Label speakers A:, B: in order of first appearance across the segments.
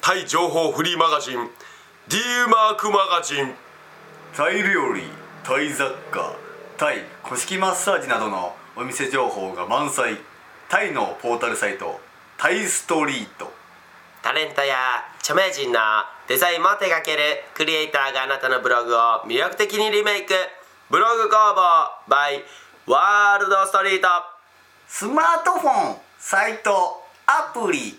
A: タイ情報フリーマガジン D マークマガジン
B: タイ料理タイ雑貨タイ古式マッサージなどのお店情報が満載タイのポータルサイトタイストリート
A: タレントや著名人のデザインも手掛けるクリエイターがあなたのブログを魅力的にリメイクブログ工房 by ワールドストリート
B: スマートフォンサイトアプリ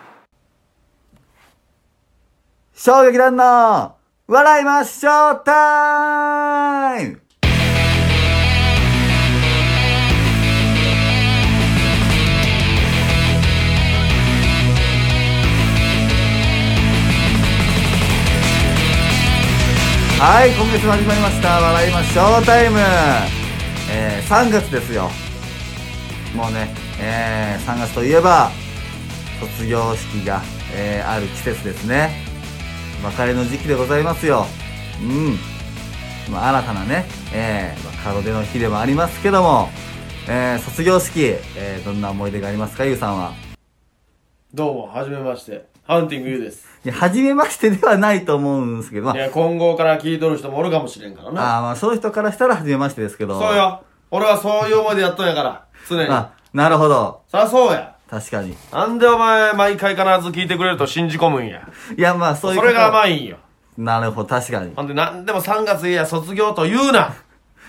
B: 小劇団の笑いましょうタイム
C: はい今月も始まりました「笑いましょうタイム」えー、3月ですよもうね、えー、3月といえば卒業式が、えーある季節ですね別れの時期でございますようんまあ新たなね、えーまあ、門出の日でもありますけども、えー、卒業式、えーどんな思い出がありますかゆうさんは
D: どうも、はじめまして。ハンティングユーです。
C: いや初めましてではないと思うんですけど、まあ
D: いや、今後から聞いとる人もおるかもしれんからな。
C: あーまあその人からしたら初めましてですけど
D: そうよ。俺はそういう思いでやっとんやから。常に。
C: あなるほど
D: そりゃそうや。
C: 確かに
D: なんでお前、毎回必ず聞いてくれると信じ込むんや。
C: いやまあそういう
D: そ
C: こと
D: れが甘いんよ。
C: なるほど確かに
D: ほんで、なんでも3月いや、卒業と言うな。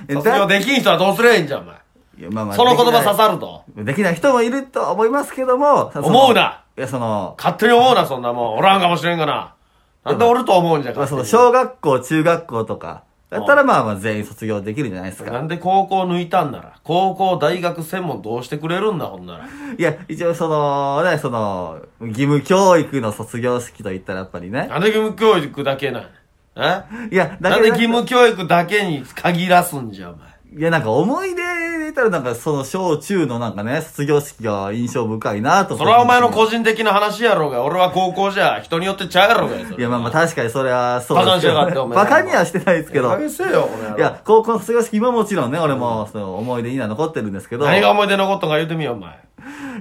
C: え
D: 卒業できん人はどうすりゃいいんじゃ、お前。
C: いやまあまあ
D: その言葉刺
C: る
D: さると。
C: できない人もいると思いますけどもその
D: 思うない
C: やその
D: 勝手に思うな、そんなもん。おらんかもしれんがな。なんでおると思うんじゃ、
C: まあその
D: 勝手
C: 小学校中学校とかだったらまあまあ全員卒業できるじゃないです
D: にな
C: か
D: んで高校抜いたんなら。高校、大学、専門どうしてくれるんだ、ほんなら。
C: いや一応そのねその義務教育の卒業式といったらやっぱりね
D: なんで義務教育だけなんやえ
C: いや
D: な
C: だ
D: ん
C: け
D: で
C: ど
D: 義務教育だけに限らすんじゃ、お前。
C: いやなんか思い出で言ったらなんかその小中のなんかね卒業式が印象深いなと
D: それはお前の個人的な話やろうが、俺は高校じゃ、人によってちゃうやろうがよ、それ
C: いやまあまあ確かにそれはそうですけ
D: バカにしやがって
C: ど
D: お
C: ね
D: 前
C: バカにはしてないですけど
D: いやせえよ、この野郎
C: いや、高校の卒業式ももちろんね、俺もその思い出には残ってるんですけど、
D: 何が
C: い
D: 思い出残ったんか言うてみよ、お前。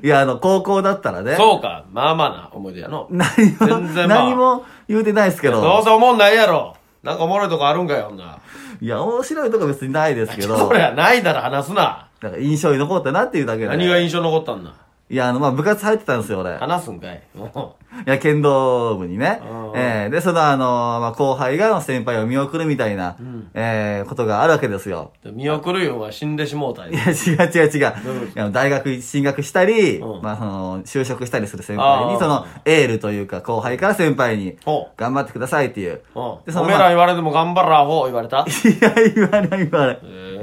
C: や、あの、高校だったらね、
D: そうか、まあまあな思い出やの。
C: 何も、
D: 全然まあ
C: 何も言うてないですけ
D: どう
C: ど、
D: せ思んないやろ。なんかおもろいとこあるんかよ、ほんな。
C: いや、面白いとこ別にないですけ ど、
D: そりゃないなら話すな。
C: なんか印象に残ったなっていうだけで、
D: 何が印象残ったんだ
C: いや、あの、まあ、部活入ってたんですよ、俺。
D: 話すんかい。もう
C: いや、剣道部にね
D: うん。
C: えーで、その、あの、まあ、後輩が先輩を見送るみたいな、えーことがあるわけですよ。
D: で見送るよ、お前死んでしもうたん
C: い
D: や
C: や、違う違う違う。いや大学進学したり、
D: うん
C: まあ、その、就職したりする先輩
D: あ
C: に、
D: ー
C: その、エールというか、後輩から先輩に、
D: ほう。
C: 頑張ってくださいっていう。
D: ほ
C: で
D: う
C: その
D: おめえら言われても頑張ら、ほう言われた。
C: いや、言わない言わない
D: え。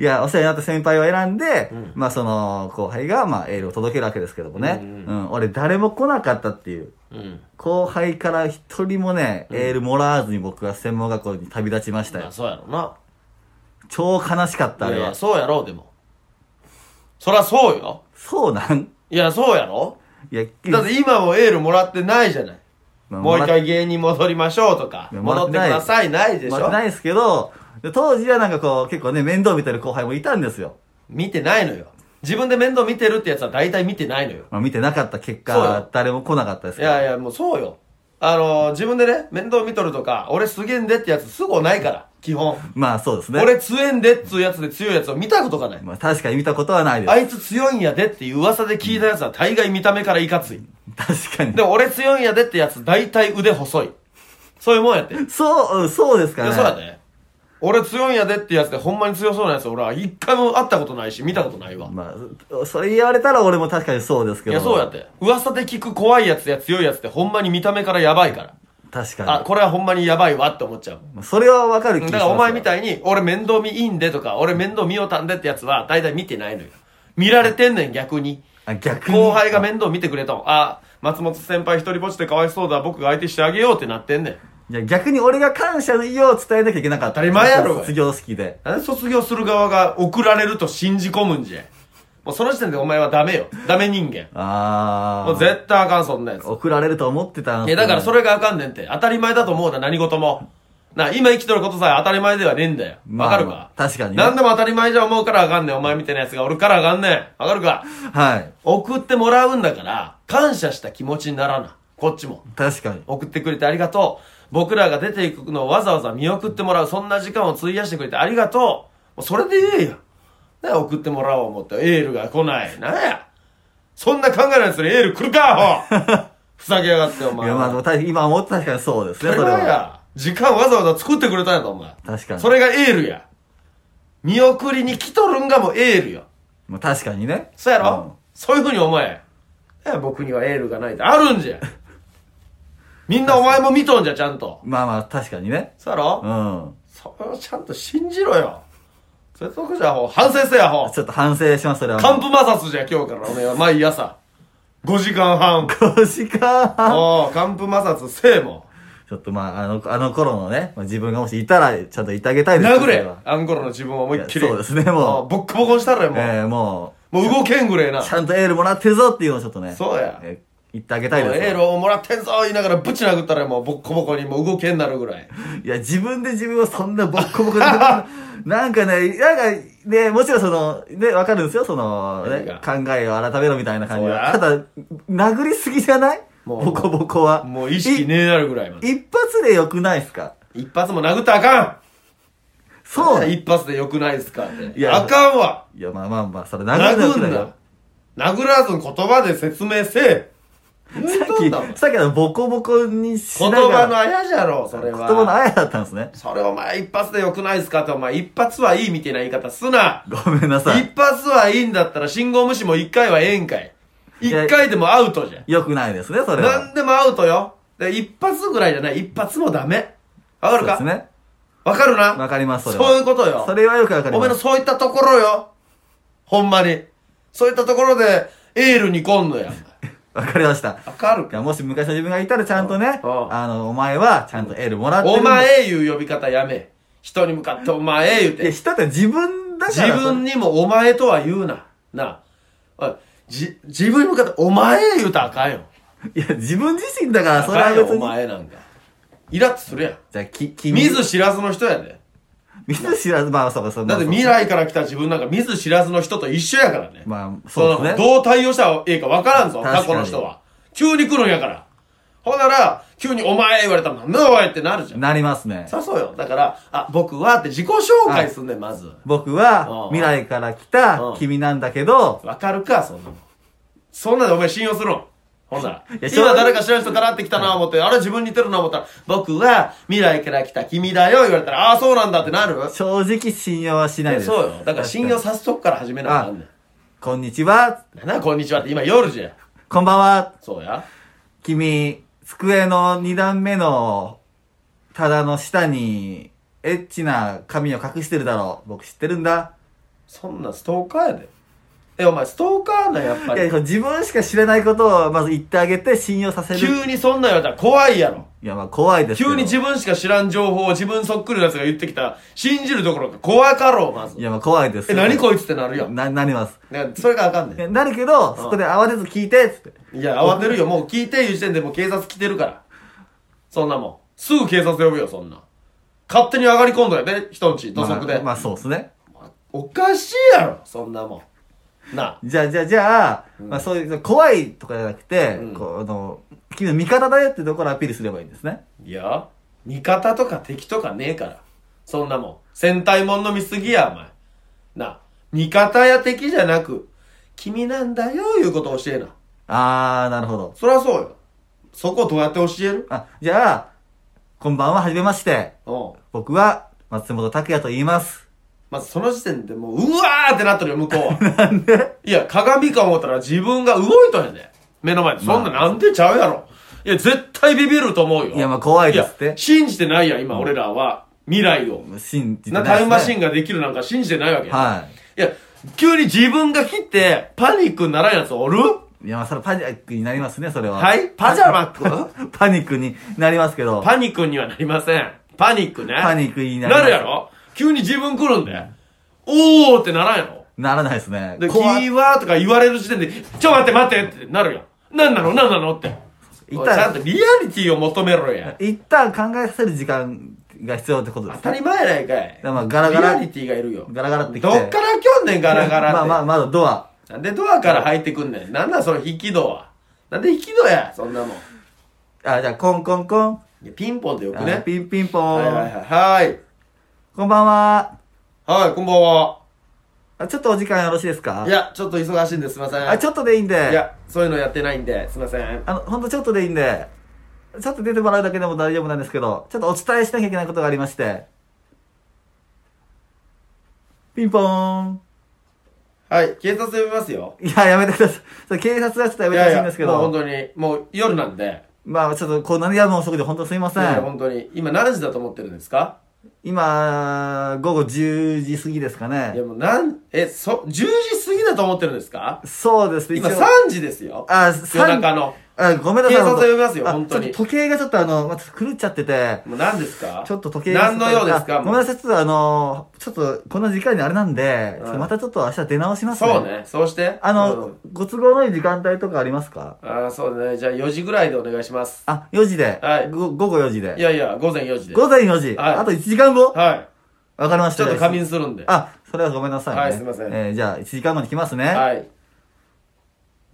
D: え
C: いや、お世話になった先輩を選んで、まあ、その、後輩が、まあ、エールを届けるわけですけどもね。う
D: うんん、
C: 俺、誰も来なかったっていう。
D: うん。
C: 後輩から一人もね、エールもらわずに僕は専門学校に旅立ちました
D: ま
C: よ
D: あ。そうやろな。
C: 超悲しかった、あ
D: い
C: れ
D: やい
C: は
D: や、。そうやろ、でも。そらそうよ。
C: そうなん
D: いや、そうやろ
C: いや、
D: だって今もエールもらってないじゃない。
C: まあ
D: もう一回芸人戻りましょうとか、
C: いやもら
D: 戻
C: っ
D: っててく
C: ない
D: ださい、ないでし
C: まあ
D: ょ
C: ないですけど、で当時はなんかこう、結構ね、面倒見てる後輩もいたんですよ。
D: 見てないのよ。自分で面倒見てるってやつは大体見てないのよ。
C: まあ、見てなかった結
D: そう
C: 果
D: よ、
C: 誰も来なかったです
D: い
C: けど。
D: やいや、もうそうよ。あのー、自分でね、面倒見とるとか、俺すげえんでってやつすぐないから、基本。
C: まあそうですね。
D: 俺強えんでっつうやつで強いやつを見たことがない。
C: まあ確かに見たことはないで
D: あいつ強いんやでっていう噂で聞いたやつは大概見た目からいかつい。
C: す。確かに。
D: でも俺強いんやでってやつ大体腕細い。そういうもんやって。い
C: そう、うん、そうですかね。
D: や、そうやで。俺強いんやでってやつで、ほんまに強そうなやつ、俺は一回も会ったことないし、見たことないわ。
C: まあ、それ言われたら俺も確かにそうですけ
D: い
C: ど。
D: や、そうやっ。て。噂で聞く怖いやつや強いやつって、ほんまに見た目からやばいから。
C: 確かに。
D: あ、これはほんまにやばいわって思っちゃう。
C: まあそれはわかる気がし
D: だ
C: ます
D: からお前み
C: い。
D: たいに、俺面倒見いいんでとか、俺面倒見ようたんでってやつは、大体見てないのよ。見られてんねん、逆に。
C: あ逆に
D: 後輩が面倒見てくれたん。あ、松本先輩一人ぼっちでかわいそうだ、僕が相手してあげようってなってんねん。
C: いや、逆に俺が感謝の意を伝えなきゃいけなかった。
D: 当たり前やろおい
C: 卒業式で。
D: なんで卒業する側が送られると信じ込むんじゃい。もうその時点でお前はダメよ。ダメ人間。
C: あー。
D: もう絶対あかん、そんなやつ。
C: 送られると思ってたんす
D: い
C: け
D: や、
C: ど
D: だからそ。れがあかんねんって。当たり前だと思うな、何事も。な、今生きとることさえ当たり前ではねえんだよ。
C: まあ
D: わかるか
C: 確かにね
D: 何でも当たり前じゃ思うからあかんねん。お前みたいなやつがおるからあかんねん。わかるか
C: はい。
D: 送ってもらうんだから、感謝した気持ちにならな。こっちも。
C: 確かに。
D: 送ってくれてありがとう。僕らが出ていくのをわざわざ見送ってもらう。そんな時間を費やしてくれてありがとう。もうそれでええやん。ね、送ってもらおう思って、エールが来ない。なんや。そんな考えないやつにエール来るか、ほふざけやがって、お
C: い
D: 前
C: や、
D: は。
C: まあ、でも確かに今思って確かにそうですね、そ
D: それ
C: れは。
D: や。時間わざわざ作ってくれたんやと、お前。
C: 確かに
D: それがエールや。見送りに来とるんがもうエールよ。
C: まあ、確かにね。
D: そうやろ、そういうふうにお前。え僕にはエールがないってあるんじゃ。みんなお前も見とんじゃ、ちゃんと。
C: うんまあまあ、確かにね。
D: そうやろ、
C: うん。
D: それをちゃんと信じろよ。それとこじゃ、ほう。反省せや、ほう。
C: ちょっと反省します、それは。
D: 乾布摩擦じゃ、今日から、お前は毎朝。5時 間半。
C: おしか
D: おう、乾布摩擦せえもん。
C: ちょっとまあ、あの、あの頃のね、まあ自分がもしいたら、ちゃんといてあげたいです
D: 殴
C: そ
D: れ
C: は
D: アンゴロの自分を思いっきり。
C: いやそうですねもう
D: あボッコボコにしたらよ、もう。
C: ええも
D: もう動けんぐれえな。
C: う、ちゃんとエールもらってるぞっていうのをちょっとね。
D: そうや
C: えー言ってあげたい
D: も
C: で
D: う
C: す。
D: エールをもらってんぞ言いながらぶち殴ったらもうボッコボコにもう動けんなるぐらい。
C: いや、自分で自分をそんなボッコボコで。 なんかね、なんか、ね、もちろんその、ね、わかるんですよ、その、ね、考
D: 何
C: えを改めろみたいな感じは。た
D: そ
C: だ、殴りすぎじゃない
D: もう
C: ボコボコは。
D: もう意識ねえなるぐらいまで。
C: い。一発で良くないですか
D: 一発も殴ったらあかん
C: そうい
D: 一発でよくないですかって。
C: いや
D: あかんわ
C: や、まあまあまあ、それ殴るの
D: 殴
C: よく
D: ん
C: ない
D: な
C: よ。
D: 殴らずに言葉で説明せえ言
C: さ
D: うとんだもん
C: っき、さっきのボコボコにし
D: 言
C: なが
D: 葉
C: ら。
D: のあやじゃろ、それ
C: 言
D: は。
C: 葉のあやだったんですね。
D: それお前一発でよくないですかってお前一発はいいみたいな言い方すな
C: ごめんなさい。
D: 一発はいいんだったら信号無視も一回はええんかい。一
C: や
D: 回でもアウトじゃん。
C: 良くないですね、それは。
D: 何でもアウトよ。で一発ぐらいじゃない。一発もダメ。わかる
C: そうです
D: か
C: ね。
D: わかるな
C: わかります、それは。
D: そういうことよ。
C: それはよくわかりま
D: お前の
C: す。
D: そういったところよ。ほんまに。そういったところで、エールに来んのや。
C: わかりました。
D: わかる
C: いやもし昔の自分がいたらちゃんとね、
D: うん
C: あの、お前はちゃんとエールもらってる
D: お
C: んだ。
D: 前いう呼び方やめ。人に向かってお前言う
C: いや、
D: て。
C: 人って自分だか
D: 自
C: ら。
D: 分にもお前とは言うな。なあ。おいじ、自分に向かってお前言うたらあかんよ。
C: いや、自分自身だから、
D: あ
C: それは
D: かん
C: 別
D: よ、お
C: に。
D: 前なんか。イラッとするやん。
C: じゃあ、き、君。
D: 見ず知らずの人やで。
C: 見ず知らず、まあ、そうか、そうか
D: だって未。来から来た自分なんか見ず知らずの人と一緒やからね。
C: まあ、
D: そ
C: そう
D: の
C: ですね。
D: どう対応したらええか分からんぞ、
C: 確か
D: 過
C: に
D: 去の人は。急に来るんやから。ほんなら、急にお前言われたらなんだおいってなるじゃん。
C: なりますね。
D: さそうよ。だから、あ、僕はって自己紹介すんねん、まず。
C: 僕
D: う
C: は、
D: ん
C: 未来から来
D: う
C: た
D: ん
C: 君なんだけど、
D: わかるか、そんなの。そんなのお前信用するのほんなら。
C: や
D: 今誰か知らん人からってきたな思って、あれ自分似てるな思ったら、僕は未来から来た君だよ言われたら、ああ、そうなんだってなる
C: 正直信用はしないです。
D: そうよ。だから信用
C: 確か
D: さすとこから始めなあかんね
C: にこんにちは、
D: ん。なんだこんにちはって今夜じゃん。
C: こんばんは、
D: そうや。
C: 君、机の二段目の、ただの下に、エッチな紙を隠してるだろう。僕知ってるんだ。
D: そんなんストーカーやで。え、お前ストーカーなんやっぱ
C: いや、
D: り。
C: 自分しか知らないことをまず言ってあげて信用させる。
D: 急にそんなん言われたら怖いやろ。
C: いや、まあ怖いですけど
D: 急に自分しか知らん情報を自分そっくりのやつが言ってきたら、信じるどころか怖かろう、まず
C: い。や、まあ怖いです
D: え、
C: よ。
D: 何こいつってなるやん。
C: な、なります。
D: だからそれがあかん
C: い
D: ね
C: やなるけど、そこで慌てず聞いて、つって。
D: ん。いや、慌てるよ。もう聞いていう時点でもう警察来てるから。そんなもん。すぐ警察呼ぶよ、そんなん。勝手に上がり込んだよね、人んち、土足
C: ま
D: で
C: あ、。まあそうですね。
D: おかしいやろ、そんなもん。なあ。
C: じゃあ、じゃあ、じゃあ、まあそういう、怖いとかじゃなくて、
D: うん
C: こう、あの、君の味方だよってところをアピールすればいいんですね。
D: いや、味方とか敵とかねえから。そんなもん。戦隊もんの見すぎや、お前。なあ、味方や敵じゃなく、君なんだよ、いうことを教えな。
C: あー、なるほど。
D: そりゃそうよ。そこをどうやって教える
C: あ、じゃあ、こんばんは、はじめまして。
D: うん。
C: 僕は、松本拓也と言います。
D: まずその時点でもう、うわーってなってるよ、向こう は。なんでいや、鏡か思ったら自分が動いとんやで。目の前で。そんななんでちゃうやろ。いや、絶対ビビると思うよ。
C: いやまあ怖いですって
D: や信じてないやん、今、俺らは。未来を。
C: 信じてな
D: ないタイムマシ
C: です
D: ンができるなんか信じてないわけ。。
C: ね。はい
D: や、急に自分が切って、パニックにならんやつおる
C: い。いや、まあ、それパニックになりますね、それは。
D: はいパジャマッ
C: パニックになりますけど。
D: パニックにはなりません。パニックね。
C: パニックにな
D: な
C: ります
D: るやろ急に自分来るんで。おーってならんやろ
C: ならないですね。
D: で、キ
C: 怖い
D: ーワーとか言われる時点で、ちょ待って待ってってなるやん。なんなのなんなのって。
C: 一
D: おいちゃんと
C: 旦、
D: リアリティを求めろや。
C: 一旦考えさせる時間が必要ってことで
D: 当
C: す
D: た
C: ね。
D: り前やないか
C: だ
D: い。
C: からまあガラガラ
D: リアリティがいるよ。
C: ガラガラって来て
D: どっから来ょんねん、ガラガラって。
C: まあまあ、まだドア。
D: なんでドアから入ってくんねん。なんなんその引き戸は。なんで引き戸や、そんなもん。
C: あ、じゃあ、コンコンコン。
D: いやピンポンでよく
C: あ
D: ね。
C: ピンピンポ
D: はいはい
C: ー
D: は
C: ン。
D: い。はい。
C: こんばんは。
D: はい、こんばんは。
C: あちょっとお時間よろしいですか
D: いや、ちょっと忙しいんですいません。
C: あ、ちょっとでいいんで。
D: いや、そういうのやってないんで、すいません。
C: あの、ほんとちょっとでいいんで、ちょっと出てもらうだけでも大丈夫なんですけど、ちょっとお伝えしなきゃいけないことがありまして。ピンポーン。
D: はい、警察呼びますよ。
C: いや、やめてください。それ警察はちょっとやめてほしいんですけど。
D: もう本当に、もう夜なんで。
C: まあ、ちょっと、こんなにやもうそこで本当すいませ
D: いやいや
C: ん。
D: 本当に今何時だと思ってるんですか
C: 今、午後10時過ぎですか
D: いや
C: ね。
D: もうなんえそ10時過ぎだと思ってるんですか
C: そうですね、
D: 今3時ですよ
C: あ、
D: 夜
C: 3
D: 中の
C: あ、ごめんなさい。
D: 警察呼びますよ
C: あ
D: 本当に
C: ちょっと時計がちょっとあの、また狂っちゃってて。
D: もう何ですか
C: ちょっと時計が
D: 何の用ですか
C: あごめんなさ
D: さ
C: い、ちょっとあのー、ちょっとこの時間にあれなんで、
D: うん
C: ちょっとまたちょっと明日出直しますね。
D: そう。ねそうして
C: あの、
D: うん
C: ご都合のいい時間帯とかありますか
D: あーそうねじゃあ4時ぐらいでお願いします
C: あ、4時で。
D: はい
C: ご午後4時
D: い
C: で。
D: やいや午前4時で
C: 午前4時。
D: はい
C: あと1時間後
D: は
C: わかりま
D: い
C: し
D: ち
C: た。
D: ょっと仮眠するんで
C: あ、それはごめんなさいね。
D: はいすいません
C: えーじゃあ1時間後に来ますね。
D: はい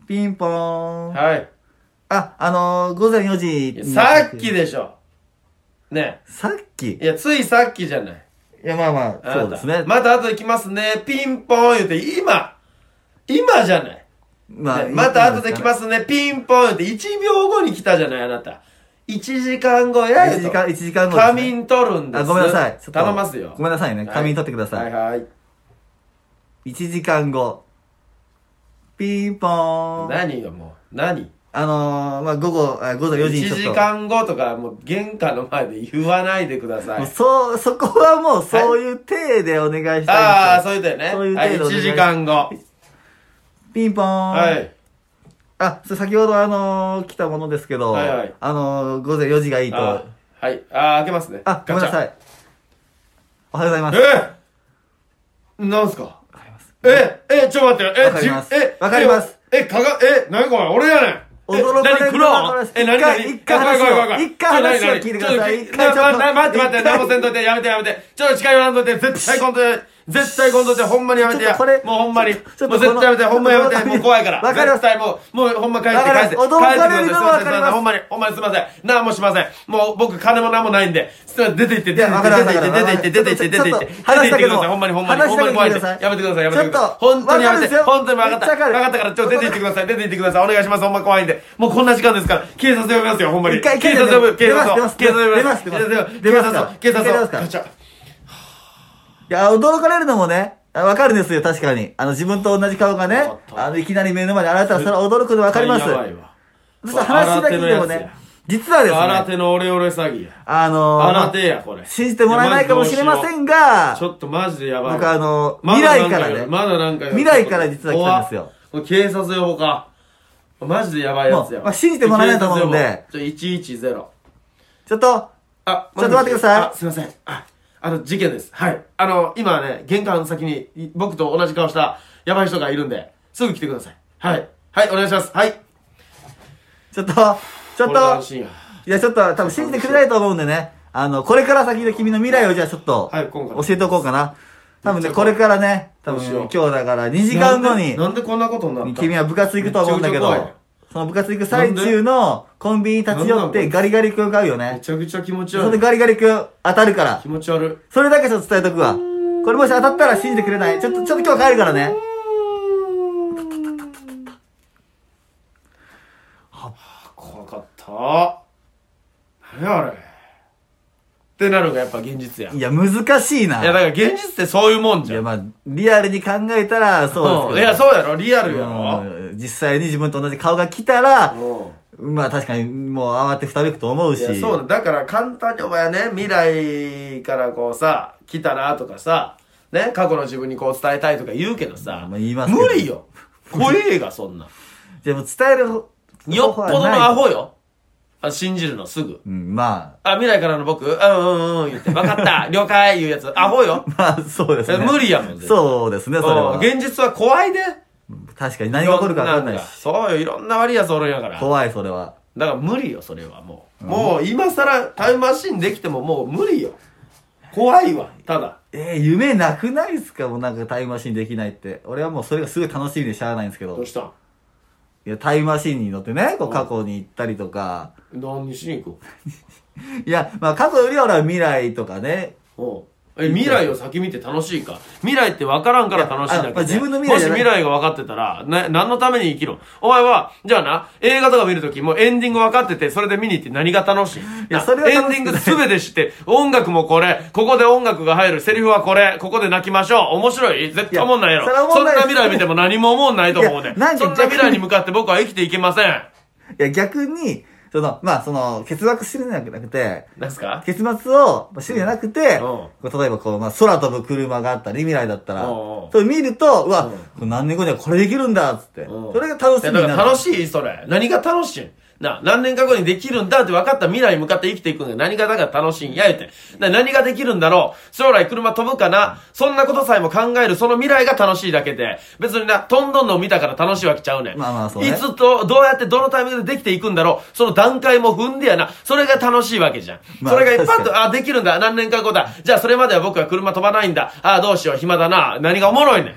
C: ピンポーン。
D: はい
C: あ、あのー、午前4時
D: いや
C: に。
D: さっきでしょね
C: さっきい
D: いやついさっきじゃない
C: や、まあまあ、
D: あなた
C: そうですね。
D: また後で来ますねピンポン言うて今今じゃない
C: ま。
D: ねまた後で来ますすね、ピンポンって1秒後に来たじゃない、あなた。1時間後や
C: 1
D: よ
C: 時
D: と。
C: 間、一時間後ですね
D: 仮眠取るんです。
C: あ、ごめんなさい。ちょっと
D: 頼ますよ。
C: ごめんなさいね。
D: はい
C: 仮眠取ってください。
D: はいはい。
C: 1時間後。ピンポーン。
D: 何よ、もう。何
C: あのー、まあ、午後、あ午後4時にちょ
D: ?1
C: っと。
D: 時間後とか、もう玄関の前で言わないでくださ
C: もう
D: い。
C: そう、そこはもう、そういう体でお願いしたいんですよ
D: ああ、そういうだよ
C: そういう
D: ね。は
C: 程
D: い、
C: 度で
D: 1時間後。
C: ピンポーン。
D: はい。
C: あ、それ先ほどあのー来たものですけど、
D: はいはい
C: あのー午前4時がいいと。
D: あ
C: あ
D: ーはい。ああ、開けますね。
C: ごめんなさ
D: い。
C: い。おはようございます。
D: えなんすかえ、え、ちょっと待ってよ。え、
C: わかります
D: じゅえ、
C: わかります
D: え。え、かが、え、なにこれ、俺やねん。え
C: 驚かれ
D: 何
C: る
D: 苦
C: のは
D: 労
C: 分か
D: え、
C: りま
D: 何
C: す
D: 何
C: 一回
D: 怖い怖い怖い怖い
C: 一回話を
D: ちょっと
C: 聞
D: 何
C: いてください
D: 何
C: 一回
D: ちょっと
C: ちょっと
D: な待って待って、
C: 一回
D: 何もせんといて、やめてやめて。ちょっと近寄らんといて、絶対こんといて、絶対こんといて、ほんまにやめて
C: ちょっ
D: や。
C: とこれ
D: もうほんまに。
C: ち
D: も
C: ょっと
D: う絶対やめて、
C: ちょっと
D: ほんまや
C: ち
D: め、
C: ょってと
D: もう怖いから。
C: わかります
D: 絶対もう、もうほんま帰っ
C: わか
D: て帰
C: ります
D: って。
C: 驚かれるのは
D: 帰ってください
C: わ
D: すいません
C: かります
D: ほんまに、ほんまにすいません。何もしません。もう僕、金も何もないんで。すいません出て行って、
C: いや、わかります。
D: 出て行って、出て行って、出て行って、出て行って、出て行って
C: ちょっと話したけ
D: くだ
C: ど、
D: さい。ほんまにほんまに、
C: 話
D: ほ
C: し
D: んま
C: た
D: に
C: けど
D: 怖い
C: ちょっと
D: んで。やめてください、やめてくだ
C: ちょ
D: さ
C: っと。
D: い本当にや
C: わ
D: め
C: かるん
D: て
C: で。すよ
D: 本当に分かっ
C: めっちゃわか
D: た。
C: る
D: 分かったから、ちょ、出て行ってください。出て行ってください。お願いします。ほんま怖いんで。もうこんな時間ですから、警察呼びますよ、ほんまに。
C: 一回
D: 警察呼ぶ、警察
C: 出
D: 呼
C: ま
D: ぶ
C: す
D: 警察呼
C: 出
D: ぶ
C: ます
D: 警
C: 出ます
D: 察呼
C: 出
D: ぶ警
C: ます
D: 察呼ぶ警察
C: 出ます
D: 呼ぶ
C: から
D: ガチャ
C: いや、驚かれるのもね、あわかるんですよ、確かに。あの、自分と同じ顔がね
D: わか、った
C: あの、いきなり目の前に現れたら、それは驚くのわかります。
D: やばいわ
C: そして話だけでも
D: 新手のやつ
C: ね
D: や、
C: 実は
D: 新
C: ですね、
D: 手のオレオレ詐欺や。
C: あのー
D: 新手や、これ。
C: 信じてもらえないかもしれませんが
D: ち、ょっとマジでやばい。
C: 僕あの
D: まだなん
C: 未来からね
D: まだなんか
C: 未来から実は来たんですよ。
D: 怖っこれ警察呼ぼうか。マジでやばいやつ
C: も
D: やわ。
C: うまあ信じてもらえないと思うんで
D: 警察呼ぼう。ちょ、110。
C: ちょっと、
D: あ、
C: ちょっと待ってください
D: あすいません。あ、あの、事件です。はい。あの、今ね、玄関先にい僕と同じ顔したやばい人がいるんで、すぐ来てください。はい。はい、お願いします。はい。
C: ちょっと、ちょっ
D: これが
C: と
D: 安、心や
C: いや、ちょっと多分信じてくれないと思うんでね。あの、これから先の君の未来をじゃあちょっと、
D: はい今回
C: 教えておこうかな。多分ね、これからね、多分
D: どうしよ
C: 今
D: う
C: 日だから2時間後
D: なんでな
C: に、
D: んでこんなことになった
C: 君は部活行くと思うんだけ
D: めちゃくちゃ怖
C: ど
D: い、
C: その部活行く最中のコンビニに立ち寄っ
D: なん
C: て
D: で
C: ガリガリ君が会うよね
D: め。ちゃくちゃ気持ち
C: そ
D: 悪
C: れで
D: い。
C: ガリガリ君当たるから
D: 気。持ち悪い。
C: それだけちょっと伝えとくわ。これもし当たったら信じてくれない。ちょっと、ちょっと今日帰るからね。
D: 怖かった。何やあれ。てなるのがやっぱ現実や。い
C: いや、難しいな。
D: や、だから現実ってそういうもん
C: い
D: じゃ
C: や、
D: ん。
C: まあ、リアルに考えたら、そう
D: うん
C: ですけど。
D: いや、そうやろ、リアルやろ。
C: うん実際に自分と同じ顔が来たら、
D: うん
C: まあ確かにもう慌てふためくと思う
D: い
C: し。
D: やそうだだから簡単にお前はね未来からこうさ来たなとかさね過去の自分にこう伝えたいとか言うけどさ、
C: まあ言いますけど
D: 無理よ怖えがそ んな
C: じゃあもう伝える方
D: よっぽ
C: 方
D: ど
C: 法はない
D: のアホよあ信じるのすぐ
C: うん、ま
D: あ未来からの僕うんうんうん言って分かった 了解言うやつアホよ
C: あ、まあそうですね。
D: 無理やもん絶対
C: そうです ね、それ
D: うん
C: は。
D: 現実は怖いで
C: 確かに何が起こるか分かんないし。
D: そうよいろんな悪いやつおるんやから
C: 怖い、それは。
D: だから無理よそれはもう、もう今更タイムマシンできてももう無理よ怖いわただ
C: えー、夢なくないですかもうなんかタイムマシンできないって。俺はもうそれがすごい楽しみでしゃあないんですけ
D: ど
C: ど
D: うし。たん
C: いや、タイムマシンに乗ってね、こう過去に行ったりとか。
D: 何しに行く
C: いや、まあ過去よりは俺は未来とかね。
D: おうえ未来を先見て楽しいか未来って分からんから楽しいん
C: い
D: だけど、ね
C: やあまあ自分の未来
D: もし
C: じゃない
D: 未来が分かってたらな何のために生きろお前はじゃあな映画とか見るときもうエンディング分かっててそれで見に行って何が楽しい
C: や
D: な
C: それは楽し
D: エ
C: くない
D: ンディング全て知って音楽もこれここで音楽が入るセリフはこれここで泣きましょう面白い絶対おもんないやろ
C: いやそれはお
D: そ
C: も
D: ん
C: ん
D: な
C: ないです
D: 未来見ても何も思んないと思う
C: い
D: で
C: やなんか
D: そんな未来に向かって僕は生きていけません
C: いや、逆に、その、まあその、欠落してるんじゃなくて、
D: 何すか
C: 結末を知るんじゃなくて、
D: ん
C: こう例えばこう、まあ、空飛ぶ車があったり、未来だったら、
D: うんうん
C: それ見ると、うわ、
D: うん
C: これ何年後にはこれできるんだっつって、
D: うん
C: それが楽しみ
D: いや
C: に
D: だ
C: な
D: から
C: る。
D: 楽しいそれ。何が楽しいんな、何年か後にできるんだって分かった未来に向かって生きていくんだ何がだから楽しいんや言うて。な何ができるんだろう将来車飛ぶかなそんなことさえも考えるその未来が楽しいだけで。別にな、飛んどんのを見たから楽しいわけちゃうねん。
C: まあまあそうね
D: いつと、どうやってどのタイミングでできていくんだろうその段階も踏んでやな。それが楽しいわけじゃん。
C: まあ
D: それが一般
C: 確
D: と、あ、できるんだ。何年か後だ。じゃあそれまでは僕は車飛ばないんだ。あ、どうしよう。暇だな。何がおもろいねん。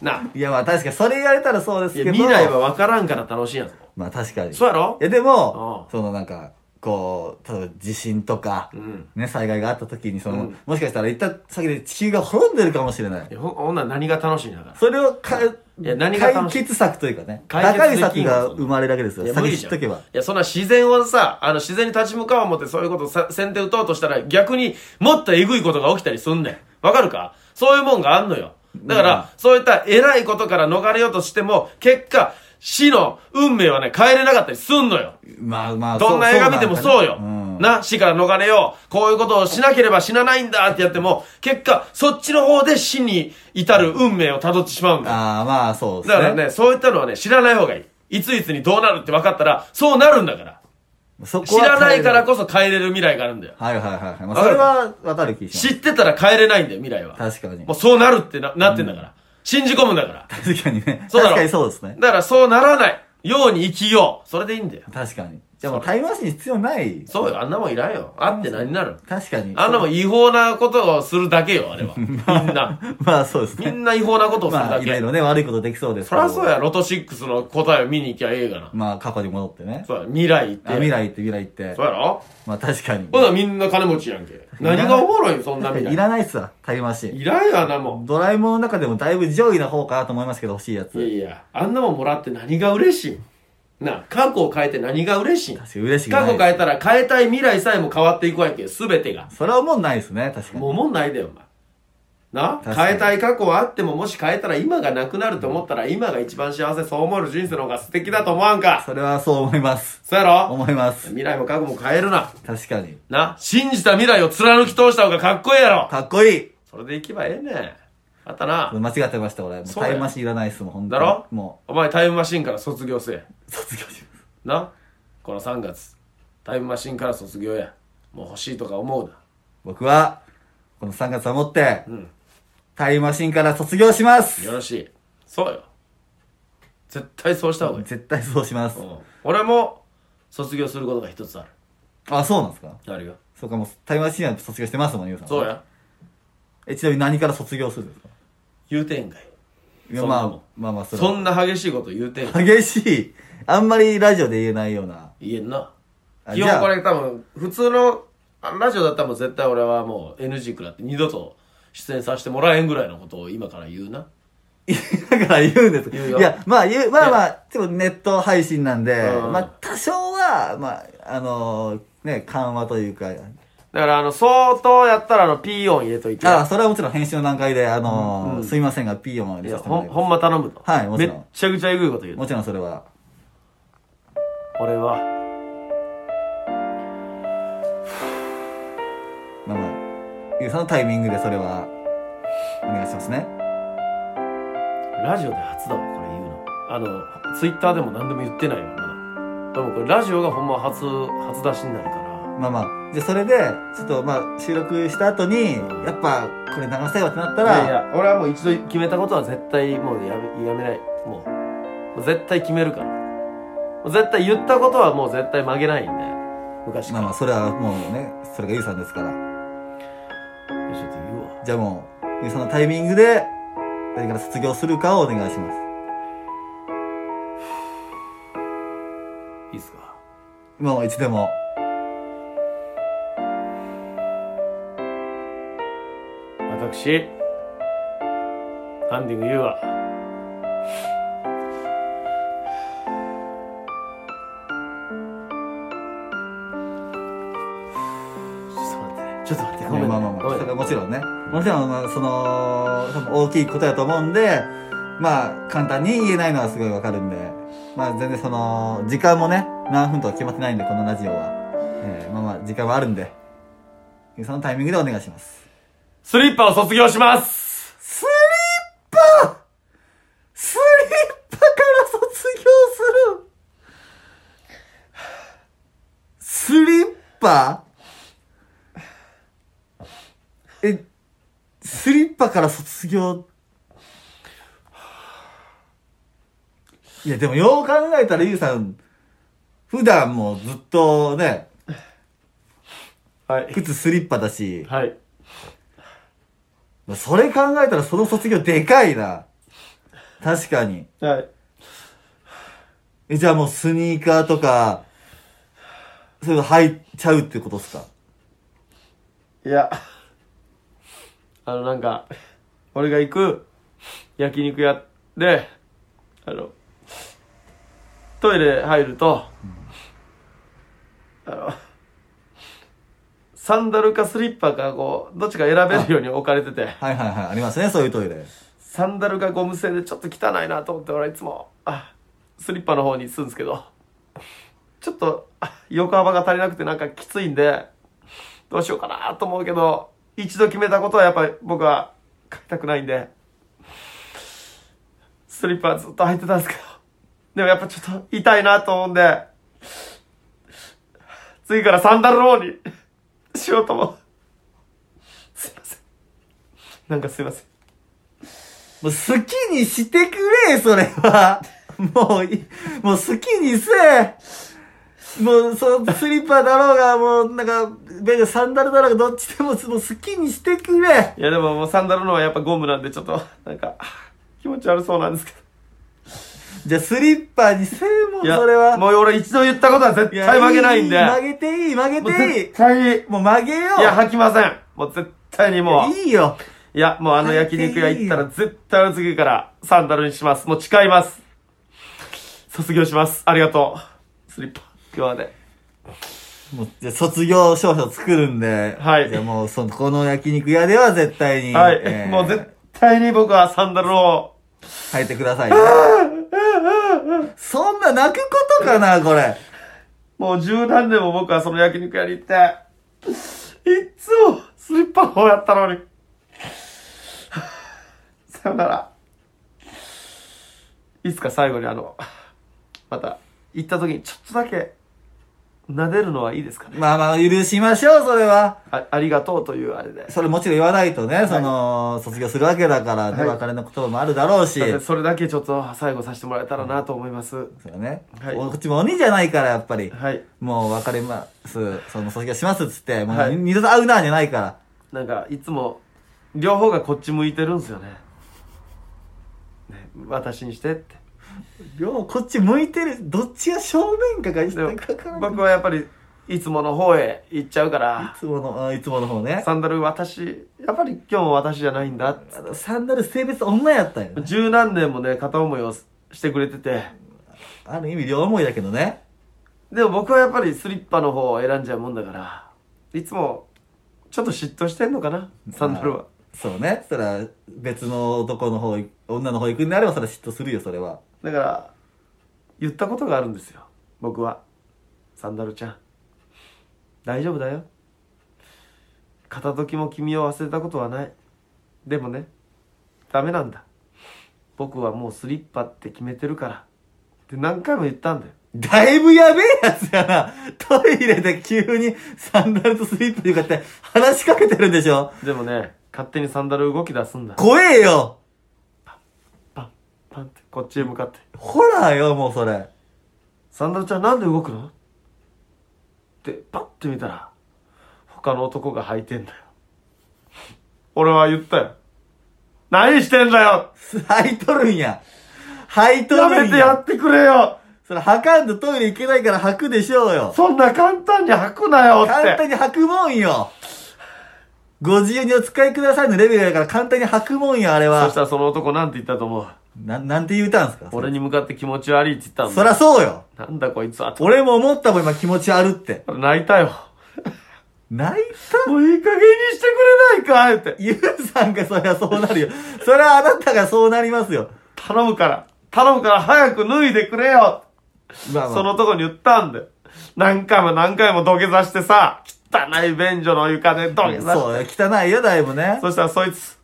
D: な。
C: いや、まあ確かにそれ言われたらそうです
D: い
C: けど、
D: や、未来は分からんから楽しいやん。
C: まあ確かに。
D: そうやろ
C: いや、でも
D: うん、
C: そのなんか、こう、例えば地震とか、
D: ん
C: ね、災害があった時に、その、もしかしたら行った先で地球が滅んでるかもしれない
D: い。やほほんなら何が楽しいんだから。
C: それをか、
D: や何が楽
C: 解
D: しい
C: 決策というかね、
D: 解決
C: 高
D: で
C: い
D: きんわ
C: 策が生まれるだけです
D: い
C: よ。
D: や
C: 先
D: じ
C: 知っ
D: ゃ
C: と
D: んい
C: けば。
D: や、そんな自然をさ、あの、自然に立ち向かおう思ってそういうことさ、先手打とうとしたら逆にもっとえぐいことが起きたりすんねん。わかるかそういうもんがあんのよ。だから、そういった偉いことから逃れようとしても、結果、死の運命はね、変えれなかったりすんのよ。
C: まあまあ、
D: どんな映画見てもそう
C: な
D: よ。
C: んだねうん
D: な、死から逃れよう。こういうことをしなければ死なないんだってやっても、結果、そっちの方で死に至る運命を辿ってしまうんだよ。
C: ああ、まあそうです
D: だ
C: ね。
D: からね、そういったのはね、知らない方がいい。いついつにどうなるって分かったら、そうなるんだから。
C: そこ
D: 知
C: は
D: らないからこそ変えれる未来があるんだよ。
C: はいはいはい。まあ、
D: わか
C: そ
D: る
C: れはわかる気がし
D: 知ってたら変えれないんだよ、未来は。
C: ます。確かに
D: もう。そうなるってななってんだから。信じ込むんだから。
C: 確かにね。
D: そうだ
C: 確
D: ろ
C: かにそうですね。
D: だからそうならないように生きよう。それでいいんだよ。
C: 確かに。じゃあもうタイムマシン必要ない。
D: そうよ、あんなもんいらんよ。あって何になる
C: 確かに。
D: あんなも
C: ん。
D: ん違法なことをするだけよ、あれは。みんな。
C: まあそうです
D: み
C: ね。
D: んな違法なことをする
C: まあ
D: だ
C: いろい
D: け。
C: ろね、悪いことできそうですけ
D: そ
C: ど
D: りゃそうや、ロト6の答えを見に行きゃええがな。
C: まあ過去に戻ってね。
D: そうや、未来って。
C: あ未。来行って未来行って
D: そう。やろ
C: まあ確かに。
D: ほなみんな金持ちやんけ。何がおもろいんそんな未
C: い
D: 来。
C: らないっすわ、タイムマシン。
D: いらんよ、あんなもん。
C: ドラえもんの中でもだいぶ上位な方かなと思いますけど、欲しいや
D: いや
C: つ。
D: いや、あんなもんもらって何が嬉しいんなあ、過去を変えて何が嬉しいん
C: 確かに嬉しくな
D: 過
C: い。
D: 去変えたら変えたい未来さえも変わっていくわけよ、すべてが。
C: それはもうないですね、確か
D: も
C: に。
D: うもんないだよ、お前。な
C: 確かに
D: 変えたい過去はあっても、もし変えたら今がなくなると思ったら、今が一番幸せ、そう思える人生の方が素敵だと思わんか。
C: それはそう思います。
D: そうやろ
C: 思います。
D: 未来も過去も変えるな。
C: 確かに。
D: な、信じた未来を貫き通した方がかっこええやろ。
C: かっこいい
D: それでいけばええねん。あったな。
C: 間違ってました俺もう
D: そう
C: タ
D: だよ
C: イムマシンいらないっすもん本当
D: だろ
C: も
D: お前タイムマシンから卒業せえ。
C: う卒業します
D: なこの3月タイムマシンから卒業やもう欲しいとか思うな
C: 僕はこの3月をもって、
D: ん
C: タイムマシンから卒業します
D: よろしいそうよ絶対そうした方がいい、
C: 絶対そうします、
D: うん俺も卒業することが一つあ
C: あそうなんですか
D: るあるよ
C: そうかもうタイムマシンは卒業してますもんゆうさん
D: そうや
C: えちなみに何から卒業するんですか
D: 言うてんかい
C: いや
D: そん
C: ま
D: な
C: あ
D: もん
C: まあまあそれ
D: そ
C: は
D: んな激しいこと言うてんかい
C: 激しいあんまりラジオで言えないような
D: 言えんな
C: あ
D: 基
C: じゃ
D: 本
C: あ
D: これ多分普通のあラジオだったらもう絶対俺はもう NG 食らって二度と出演させてもらえんぐらいのことを今から言うな
C: だから言うんです
D: 言うよ
C: いやまあ言うまあま
D: い
C: あでもネット配信なんで
D: うん
C: まあ多少はまああのね緩和というか
D: だから、あの、相当やったら、あの、ピー音入れといて。
C: ああ、それはもちろん編集の段階で、あのーすいませんが、ピーヨンを入
D: い
C: れ
D: や
C: させても
D: ほ
C: ら
D: ん
C: い
D: ほ
C: ま
D: んま頼むと。
C: はいもちろん
D: めっちゃくちゃえぐいこと言
C: す。
D: う
C: も。ちろんそれは。
D: 俺は、
C: まあまあ、ゆうさんのタイミングでそれは、お願いしますね。
D: ラジオで初だわ、これ言うの。あの、ツイッターでも何でも言ってないよ、まだ。でもこれ、ラジオがほんま初、初出しになるから。
C: まあまあ、じゃあそれで、ちょっとまあ、収録した後に、やっぱ、これ流したいわってなったら、
D: いやいや、俺はもう一度決めたことは絶対もうやめ、やめない。もう。もう絶対決めるから。もう絶対言ったことはもう絶対曲げないんで。昔か
C: ま
D: ら。
C: あまあ、それはもうね、それがゆうさんですから。
D: いやちょっと言うわ。
C: じゃあもう、ゆうさんのタイミングで、誰から卒業するかをお願いします。
D: いいっすか。
C: 今もいつでも。
D: 私ハンディング優はちょっと待ってねちょっと待ってごめん、ね、
C: まあまあま
D: ご
C: あ、
D: めん
C: それはもちろんね。もちろん、まあ、その、多分大きいことやと思うんで、まあ、簡単に言えないのはすごいわかるんで、まあ、全然その、時間もね、何分とは決まってないんで、このラジオは。えーまあまあ、時間はあるんで、そのタイミングでお願いします。
D: スリッパを卒業します
C: スリッパスリッパから卒業するスリッパえ、スリッパから卒業いや、でもよう考えたらゆうさん、普段もずっとね、
D: はい
C: 靴スリッパだし、
D: はい
C: それ考えたらその卒業でかいな。確かに。
D: はい
C: え、じゃあもうスニーカーとか、そういうの履いちゃうってことですか
D: いやあのなんか俺が行く焼肉屋であのトイレ入ると、あのサンダルかスリッパかこうどっちか選べるように置かれてて
C: はいはいはい。ありますね、そういうトイレ。
D: サンダルかゴム製でちょっと汚いなと思って俺はいつもあスリッパの方にするんですけどちょっとあ横幅が足りなくてなんかきついんでどうしようかなと思うけど一度決めたことはやっぱり僕は書きたくないんでスリッパずっと履いてたんですけどでもやっぱちょっと痛いなと思うんで次からサンダルの方にしようと思うすいませんなんかすいません
C: もう好きにしてくれ、それは。 もうい、もう好きにせえ。もう、そのスリッパだろうが、もう、なんか、ベルサンダルだろうが、どっちでも、もう好きにしてくれ。
D: いやでももうサンダルのはやっぱゴムなんでちょっとなんか気持ち悪そうなんですけど
C: じゃあ、スリッパにせえ、もう、
D: いや
C: それは。
D: もう俺一度言ったことは絶
C: いや
D: 対曲げないんで
C: 曲げていい、曲げ
D: もう
C: てい
D: 絶対い
C: い。もう曲げよう。
D: や吐きませんもう絶対にもうい
C: いいよ。
D: やもうあの焼肉屋行ったら絶対の次からサンダルにしますもう誓います卒業しますありがとうスリッパ今日まで
C: もう、じゃあ卒業証書作るんで。
D: はい
C: じゃあもう、その、この焼肉屋では絶対に。
D: はい、
C: えー
D: もう絶対に僕はサンダルを
C: 入ってくださいね。そんな泣くことかな、これ。
D: もう十何年も僕はその焼肉屋に行って、いっつもスリッパの方やったのに。さよなら。いつか最後にあの、また行った時にちょっとだけ撫でるのはいいですかね。
C: まあまあ、許しましょう、それは。
D: あありがとうというあれで。
C: それもちろん言わないとね、その、卒業するわけだからね、
D: はい
C: 別れの言葉もあるだろうし。
D: だってそれだけちょっと最後させてもらえたらなと思います。
C: そうね。
D: はい
C: おこっちも鬼じゃないから、やっぱり。
D: はい。
C: もう別れます。その、卒業しますっつって、もう、
D: はい
C: 二度と会うな、じゃないから。
D: なんかいつも両方がこっち向いてるんですよね。ね私にしてって。
C: 両、こっち向いてる、どっちが正面かが一
D: でも
C: 体かからない。
D: 僕はやっぱりいつもの方へ行っちゃうから
C: いつもの、あいつもの方ね。
D: サンダル私やっぱり今日も私じゃないんだ
C: あのサンダル性別女やったんよね。
D: 十何年もね片思いをしてくれてて
C: ある意味両思いだけどね。
D: でも僕はやっぱりスリッパの方を選んじゃうもんだからいつもちょっと嫉妬してんのかなサンダルは
C: そうねそら別の男の方女の方行くんであればそれ嫉妬するよそれは
D: だから言ったことがあるんですよ僕はサンダルちゃん大丈夫だよ片時も君を忘れたことはないでもねダメなんだ僕はもうスリッパって決めてるからって何回も言ったんだよ
C: だいぶやべえやつやなトイレで急にサンダルとスリップに向かって話しかけてるんでしょ
D: でもね勝手にサンダル動き出すんだ
C: 怖えよ
D: パンパンってこっちへ向かって
C: ホラーよもうそれ
D: サンダルちゃんなんで動くのってパッて見たら他の男が履いてんだよ俺は言ったよ何してんだよ
C: 履いとるんや履いとる
D: や
C: んや
D: めてやってくれよ
C: それ履かんとトイレ行けないから履くでしょうよ
D: そんな簡単に履くなよって
C: 簡単に履くもんよご自由にお使いくださいのレベルやから簡単に履くもんよあれ
D: そし
C: は
D: たらその男なんて言ったと思う
C: ななんて言うたんすか
D: 俺に向かって気持ち悪いって言ったん
C: そ
D: だ
C: らそうよ
D: なんだこいつはと
C: 俺も思ったもん今気持ちあるって
D: 俺泣いたよ
C: 泣い
D: もういい加減にしてくれないかって
C: ゆうさんがそりゃそうなるよ。そりゃあなたがそうなりますよ。
D: 頼むから頼むから早く脱いでくれよ
C: まあまあ
D: そのとこに言ったんだよ。何回も何回も土下座してさ、汚い便所の床で土下座して。
C: そう、汚いよ、だいぶね。
D: そしたらそいつ、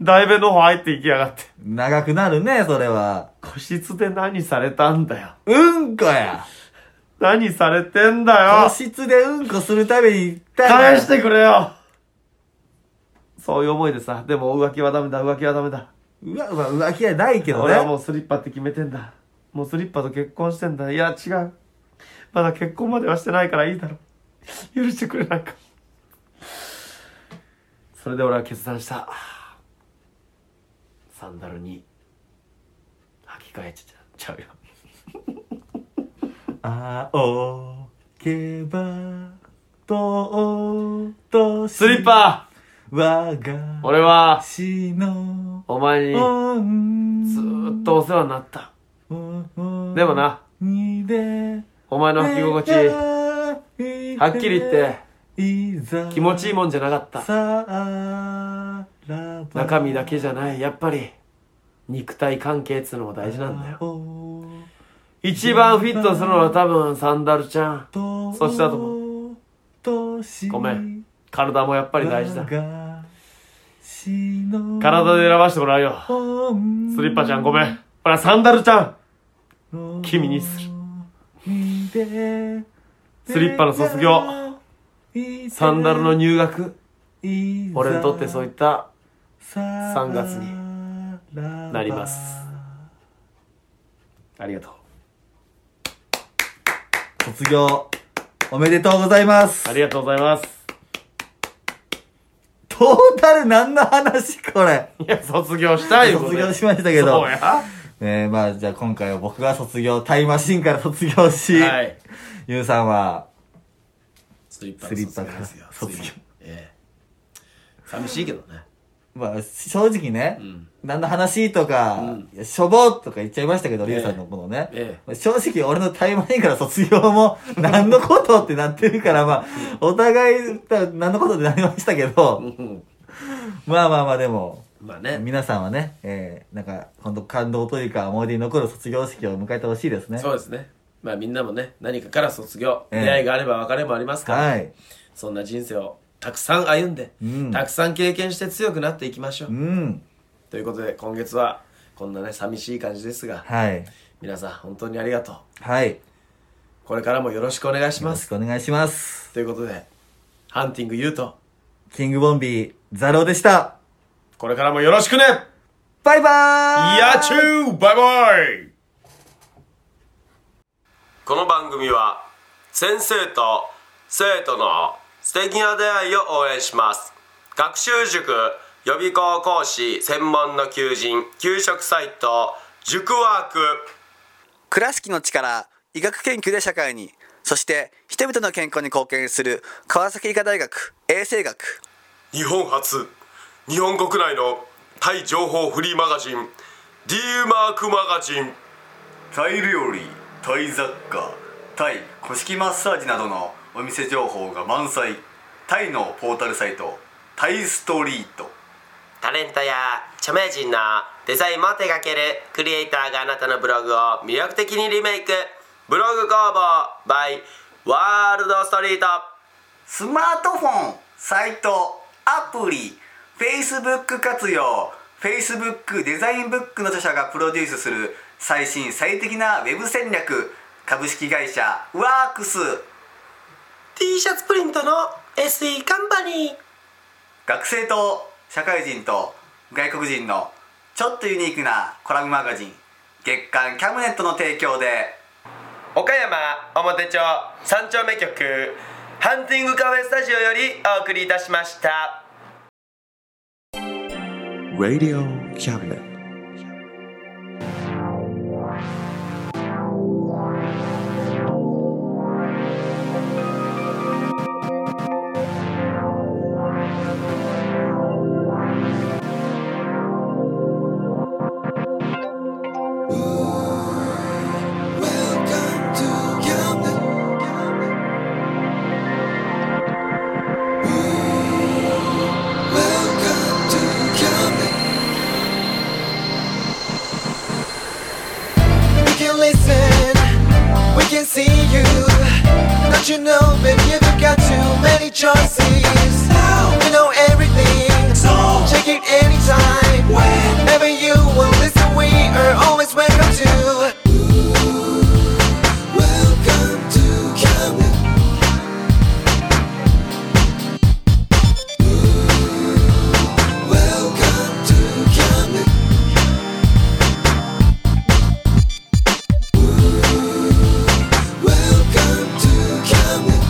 D: 大便の方入っていきやがって。
C: 長くなるね、それは。
D: 個室で何されたんだよ。
C: うんこや。
D: 何されてんだ
C: 個
D: よ。
C: 室でうんこするために行った
D: 返してくれよ。そういう思いでさ、でも浮気はダメだ、浮気はダメだ。
C: うわ、まあ、浮気はないけど
D: 俺はも
C: ね。
D: うスリッパって決めてんだ。もうスリッパと結婚してんだ。いや、違う。まだ結婚まではしてないからいいだろ。許してくれないか。それで俺は決断した。サンダルに履き替えちゃちゃうよ。
C: あおけば、とうとし
D: スリッパ
C: 我が、
D: 俺は、
C: しの、
D: お前にず
C: ん、
D: ーっとお世話になった。
C: と
D: でも、な、
C: にで、
D: お前の履き心地、
C: 地
D: はっきり言って、
C: いざ
D: 気持ちいいもんじゃなかった。
C: さあらば
D: 中身だけじゃないやっぱり肉体関係っつうのも大事なんだよ
C: お
D: 一番フィットするのは多分サンダルちゃん
C: と
D: そしたと
C: 思う
D: ごめん体もやっぱり大事だ
C: 体
D: 体で選ばしてもらうよスリッパちゃんごめんほらサンダルちゃん
C: ん
D: 君にする
C: る
D: スリッパの卒業サンダルの入学俺にとってそういった
C: 3
D: 月にな
C: な
D: りますありがとう
C: 卒業おめでとうございます
D: ありがとうございます
C: トータル何の話これ
D: いや卒業したいよ
C: 卒業しましたけど
D: そうや
C: えー、まあじゃあ今回は僕が卒業タイムマシンから卒業し、
D: はい
C: ゆうさんは
D: スリッパ
C: スリッパから卒業
D: ええ寂しいけどね
C: まあ正直ね、
D: ん
C: 何の話とか、いやしょぼとか言っちゃいましたけど、
D: え
C: ゆうさんのこのね、
D: え
C: 正直俺のタイムマシンから卒業 も何のことってなってるからまあお互いだ何のことってなりましたけど、
D: うん
C: まあまあまあでも
D: まあね
C: 皆さんはね、えー、なんか本当感動というか思い出に残る卒業式を迎えてほしいですね
D: そうですね。まあみんなもね、何かから卒業、
C: ええ
D: 出会いがあれば別れもありますから、
C: はい
D: そんな人生をたくさん歩んで、
C: うん
D: たくさん経験して強くなっていきましょう。
C: うん
D: ということで、今月はこんなね、寂しい感じですが、
C: はい
D: 皆さん本当にありがとう。
C: はい
D: これからもよろしくお願いし
C: よろ
D: ま
C: し
D: す。
C: くお願いします。
D: ということで、ハンティングユーと、
C: キングボンビー、ザローでした。
D: これからもよろしくね
C: バイバーイ
D: やちゅうバイバイ
A: この番組は先生と生徒の素敵な出会いを応援します学習塾予備校講師専門の求人給食サイト塾ワーク
B: 倉敷の力医学研究で社会にそして人々の健康に貢献する川崎医科大学衛生学
A: 日本初日本国内のタイ情報フリーマガジン D マークマガジン
B: タイ料理タイ雑貨タイ古式マッサージなどのお店情報が満載
C: タイのポータルサイトタイストリート
A: タレントや著名人のデザインも手掛けるクリエイターがあなたのブログを魅力的にリメイクブログ工房 by ワールドストリート
C: スマートフォンサイトアプリ Facebook 活用 Facebook デザインブックの著者がプロデュースする最新最適なウェブ戦略株式会社ワークス
A: T シャツプリントの SE カンパニー
C: 学生と社会人と外国人のちょっとユニークなコラムマガジン月刊キャムネットの提供で
A: 岡山表町三丁目局ハンティングカフェスタジオよりお送りいたしました。
E: Radio Cabinet.
F: We can listen, we can see you. Don't you know, baby, you've got too many choices. You know everything, so check it anytime. Whenever you will listen, we are always welcome to. Welcome to Camden. Welcome to Camden. Welcome to Camden.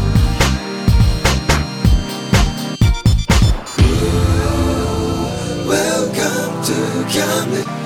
F: Welcome to Camden.